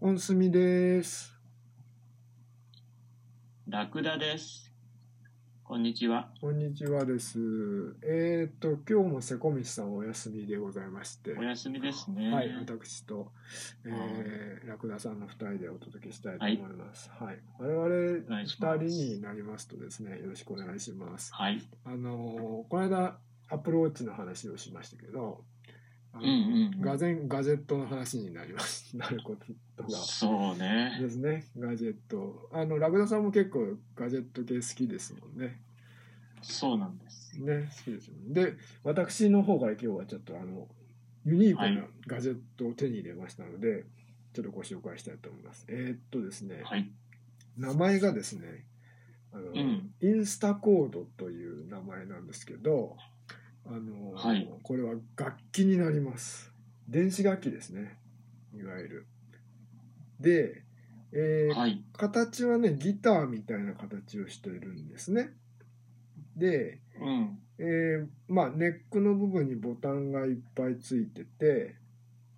コンスミです。ラクダです。こんにちは。こんにちはです。えっ、と、今日もセコミスさんお休みでございまして、おは休みですね。い、私と、えー、ラクダさんの2人でお届けしたいと思います。はい、我々願2いします人になりますとですね、よろしくお願いします。はい。あのーこの間、アップルウォッチの話をしましたけど、あのうんうんうんガゼンガジェットの話になります。なることが。そうねで。すね、ガジェット。あの、ラクダさんも結構ガジェット系好きですもんね。そうなんです。ね、好きですもんね。で、私の方から今日はちょっとあの、ユニークなガジェットを手に入れましたので、ちょっとご紹介したいと思います。えーっとですね、はい。名前がですね、あの、うんインスタコードという名前なんですけど、あの、はいこれは楽器になります。電子楽器ですね、いわゆる。で、えーはい。形はねギターみたいな形をしているんですねで、うん。えーまあネックの部分にボタンがいっぱいついてて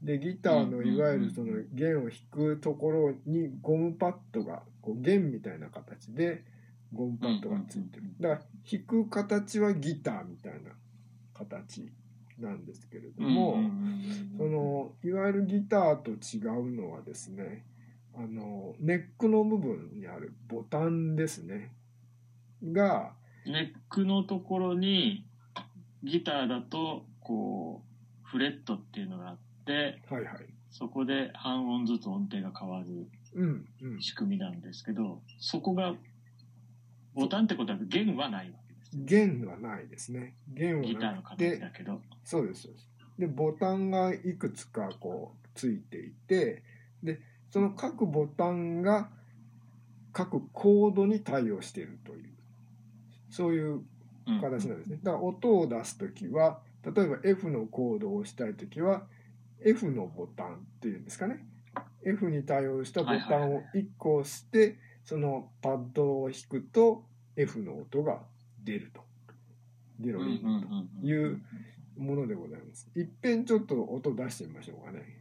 でギターのいわゆるそのうんうんう弦を弾くところにゴムパッドがこう弦みたいな形でゴムパッドがついてるうんうんうだかんら弾く形はギターみたいな形なんですけれども、そのいわゆるギターと違うのはですねあのネックの部分にあるボタンですねがネックのところにギターだとこうフレットっていうのがあってはいはいそこで半音ずつ音程が変わるうんうん仕組みなんですけどそこがボタンってことは弦はないわけですよ弦はないですね弦ギターはのなくて形だけどそうですそうですでボタンがいくつかこうついていてでその各ボタンが各コードに対応しているというそういううん形なんですね。だから音を出すときは、例えば F のコードを押したいときは、F のボタンっていうんですかね。F に対応したボタンを1個押して、そのパッドを弾くと F の音が出ると。出うるんうんうんうんいうものでございます。いっぺんちょっと音出してみましょうかね。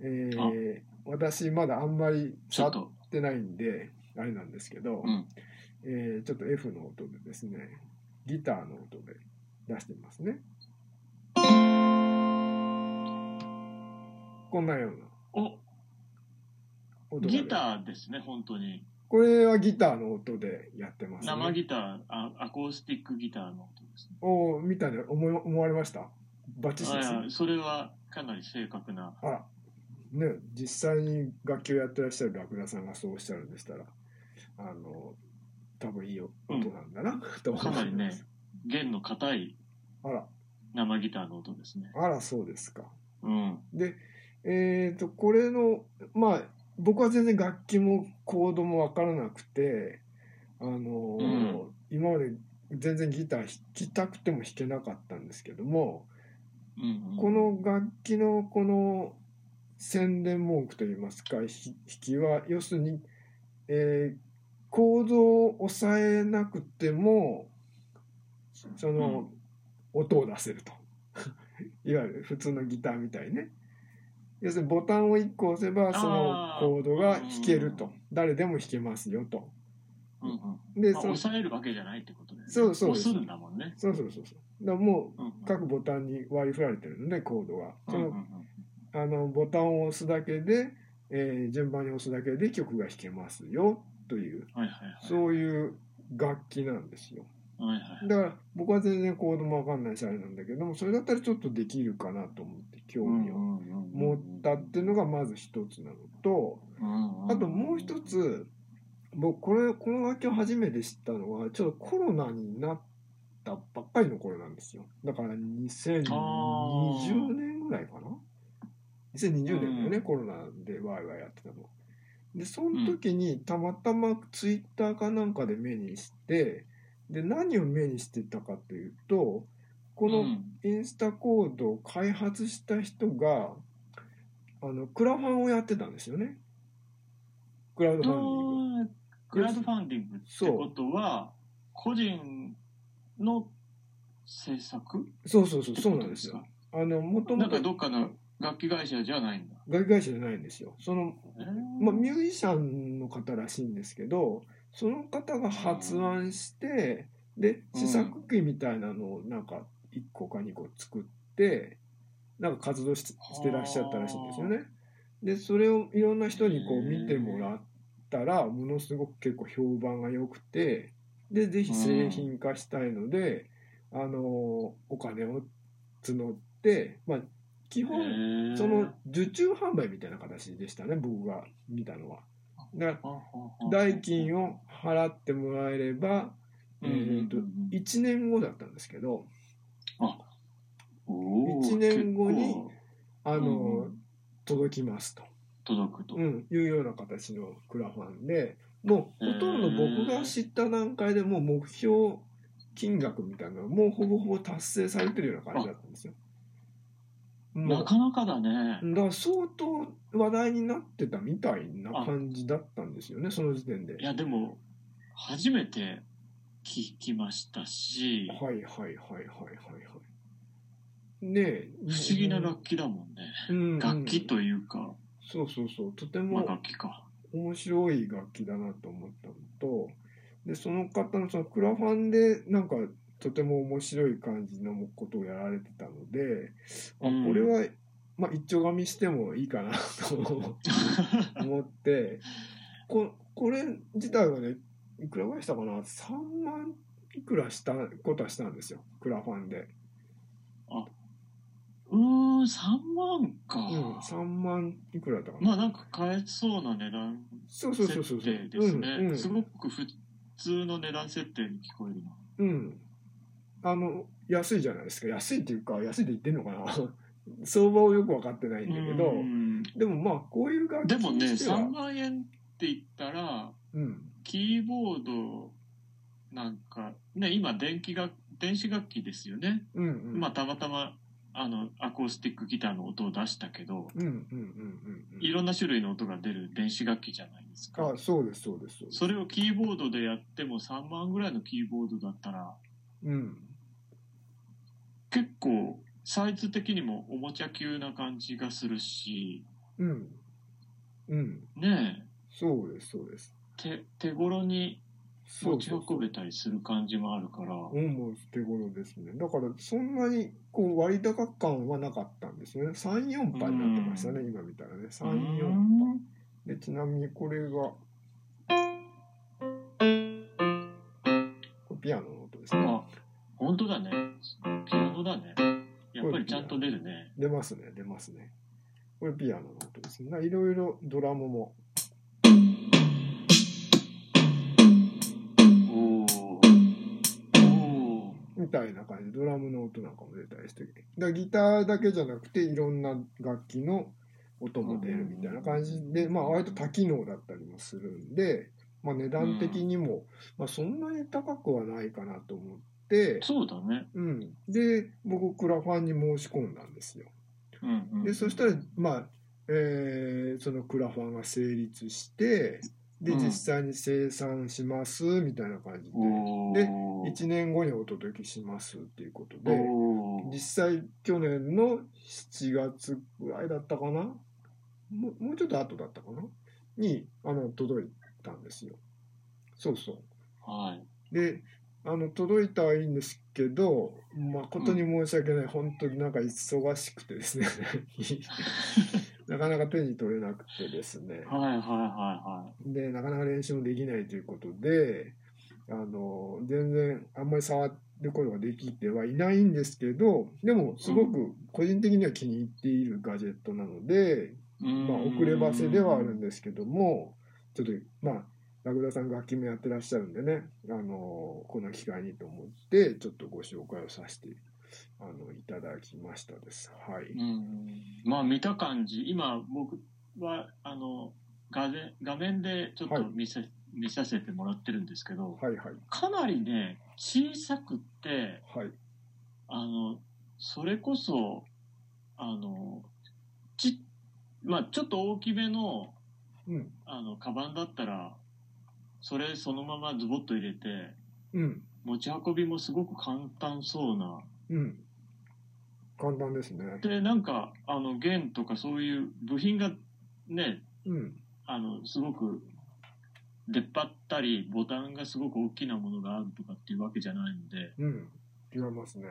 えー私まだあんまりちょ触っっとてないんで、あれなんですけど、うんえーちょっと F の音でですねギターの音で出してみますねこんなようなお音がねギターですね、本当に。これはギターの音でやってます、ね、生ギター、あアコースティックギターの音ですね。おーみたいな思い思われましたバッチシですあいやそれはかなり正確な。あらね実際に楽器をやってらっしゃるラクダさんがそうおっしゃるんでしたらあの多分いい音なんだな、と思いかますなりね、弦の硬いあら生ギターの音ですね。あらそうですかうん。で、えー、とこれのまあ僕は全然楽器もコードも分からなくて、あのーうん今まで全然ギター弾きたくても弾けなかったんですけども、うんうんこ、の楽器のこの宣伝文句といいますかひ弾きは要するに、えーコードを抑えなくてもその、音を出せると いわゆる普通のギターみたいにね要するにボタンを1個押せばそのあーコードが弾けるうとん誰でも弾けますよとうんうんでまあそのそう抑えるわけじゃないってことですそうそうです押すんだもんね。そうそうそうだからもうんうんう各ボタンに割り振られてるのでコードがそうんうんのあのボタンを押すだけで、えー順番に押すだけで曲が弾けますよというはいはいはい。そういう楽器なんですよはいはい。だから僕は全然コードもわかんないしあれなんだけどもそれだったらちょっとできるかなと思って興味を持ったっていうのがまず一つなのとうんんんあともう一。つ僕これこの楽器を初めて知ったのはちょっとコロナになったばっかりの頃なんですよだからあ2020ー年ぐらいかな2020年だよね、うんコロナでワイワイやってたのでその時にたまたまツイッターかなんかで目にしてで何を目にしてたかというとこの、うんインスタコードを開発した人があのクラファンをやってたんですよねクラウドファンディングあークラウドファンディングってことは、個人の制作そうそうそうそうなんですよってこあのもととでもすか。なんかとどっかの楽器会社じゃないんだ。楽器会社じゃないんですよその、えーまあ、ミュージシャンの方らしいんですけどその方が発案してでうん試作機みたいなのをなんか1個か2個作ってなんか活動ししてらっしゃったらしいんですよね。でそれをいろんな人にこう見てもらったらものすごく結構評判が良くてでぜひ製品化したいので、あのお金を募って、まあ、基本へーその受注販売みたいな形でしたね僕が見たのは。だかほうほうほらう代金を払ってもらえれば、うんうんえうんーと1年後だったんですけどおー一年後に結構あの、うん届きますと、届くと、うん、いうような形のクラファンでもうほとんど僕が知った段階でもう目標金額みたいなのがもうほぼほぼ達成されてるような感じだったんですよ。もうなかなかだね、だから相当話題になってたみたいな感じだったんですよねその時点で。いやでも初めて聞きましたしはいはいはいはいはいはい。ねえ不思議な楽器だもんね、うん楽器というか、そうそうそうとてまあ、も楽器か面白い楽器だなと思ったのとでその方のそのクラファンでなんかとても面白い感じのことをやられてたのであうんこれは、まあ、一丁紙してもいいかなと思 ってここれ自体はねいくらぐらいしたかな3万いくらしたことはしたんですよクラファンで。うーん3万か、うん、3万いくらだったかな。まあなんか買えそうな値段そうそう設そうそう。定ですね、うん、うん、すごく普通の値段設定に聞こえるなうん。あの、安いじゃないですか。安いっていうか、安いで言ってんのかな。 相場をよく分かってないんだけど、うんでもまあ、こういう楽器でもねにしては3万円って言ったらうん。キーボードなんか、ね、今電気楽電子楽器ですよね、うんうん。まあたまたまあのアコースティックギターの音を出したけどうんうんうんうんうん。いろんな種類の音が出る電子楽器じゃないですかあ、そうです、そうです、そうです。それをキーボードでやっても3万ぐらいのキーボードだったらうん。結構サイズ的にもおもちゃ級な感じがするしうん。うん。ねそうです、そうです。え手手頃にそ持うちそうそう運べたりする感じもあるからうん、もう手頃ですね。だから、そんなに、こう、割高感はなかったんですよね。3、4波になってましたね、今見たらね。3、4波。で、ちなみにこれが、これピアノの音ですね。あ、本当だね。ピアノだね。やっぱりちゃんと出るね。出ますね、出ますね。これピアノの音ですね。ないろいろドラムも。おーおみたいな感じでドラムの音なんかも出たりしてだからギターだけじゃなくていろんな楽器の音も出るみたいな感じで、まあ、割と多機能だったりもするんで、まあ、値段的にも、まあ、そんなに高くはないかなと思ってー、そうだね。うん、で僕クラファンに申し込んだんですよ。うんうん、でそしたらまあ、えーそのクラファンが成立してでうん実際に生産しますみたいな感じで、おーで1年後にお届けしますっていうことでおー実際去年の7月ぐらいだったかなももうちょっと後だったかなにあの届いたんですよ。そうそうはい。であの届いたはいいんですけど誠に申し訳ない、本当になんか忙しくてですねなかなか手に取れなくてですねはいはいはいはでなかなか練習もできないということであの全然あんまり触ることができてはいないんですけどでもすごく個人的には気に入っているガジェットなので、い。ままあ、遅ればせではあるんですけどもちょっとまあラクダさん楽器もやってらっしゃるんでね、あのこの機会にと思ってちょっとご紹介をさせてあのいただきましたです。はい、うん。まあ見た感じ、今僕は、あの、画面画面でちょっと見せ、見させてもらってるんですけど、はいはいかなりね、小さくって、はいあの、それこそ、あの、ち、まあちょっと大きめの、うんあの、カバンだったら、それそのままズボッと入れて、うん持ち運びもすごく簡単そうなうん簡単ですね。で、なんか、あの、弦とかそういう部品がね、うん。あの、すごく出っ張ったり、ボタンがすごく大きなものがあるとかっていうわけじゃないので、うん。違いますね。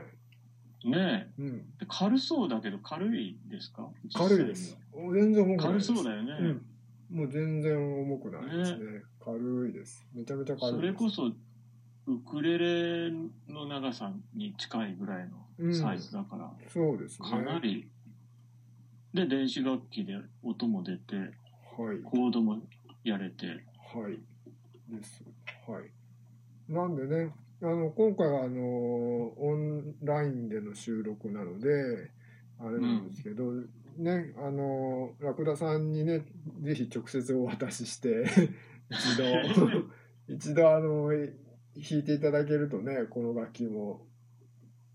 ねうん。え、で軽そうだけど軽いですか軽いです。。全然重くな実際いに軽です。そうだよね。うん。もう全然重くないですね。軽いです。めちゃめちゃ軽いそでれす。こそ、ウクレレの長さに近いぐらいのサイズだから、そうですね。かなり、で、電子楽器で音も出て、はい。コードもやれて、はい。です。はい。なんでね、あの、今回は、あの、オンラインでの収録なので、あれなんですけど、ね、あの、ラクダさんにね、ぜひ直接お渡しして、 一度、 一度、あの、弾いていただけるとね、この楽器も。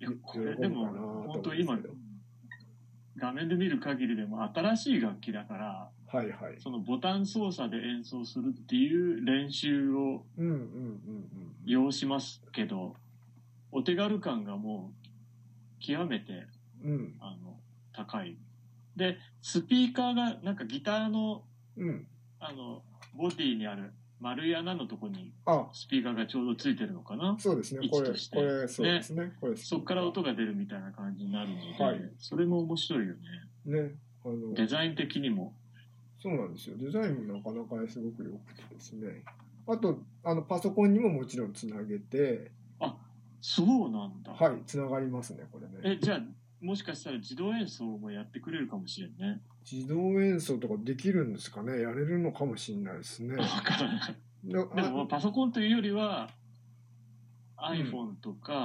いや、これ喜ぶかでなとも、思うん本当ですけ今ど、画面で見る限りでも新しい楽器だから、はいはい。そのボタン操作で演奏するっていう練習をうんうんうんうん。要しますけど、お手軽感がもう、極めて、うんあの、高い。で、スピーカーが、なんかギターの、うん。あの、ボディにある丸い穴のとこにあ、スピーカーがちょうどついてるのかなそうですね。こ位れ、置としてこれ、そうですね。これ、そっから音が出るみたいな感じになるので、はいそれも面白いよね。ね。あの、デザイン的にも。そうなんですよ。デザインもなかなかすごく良くてですね。あと、あの、パソコンにももちろんつなげて、そうなんだ。はい、つながりますね、これね。え、じゃあ、もしかしたら自動演奏もやってくれるかもしれんね。自動演奏とかできるんですかねやれるのかもしれないですね わ。からない。ででも、あパソコンというよりは、iPhone とか、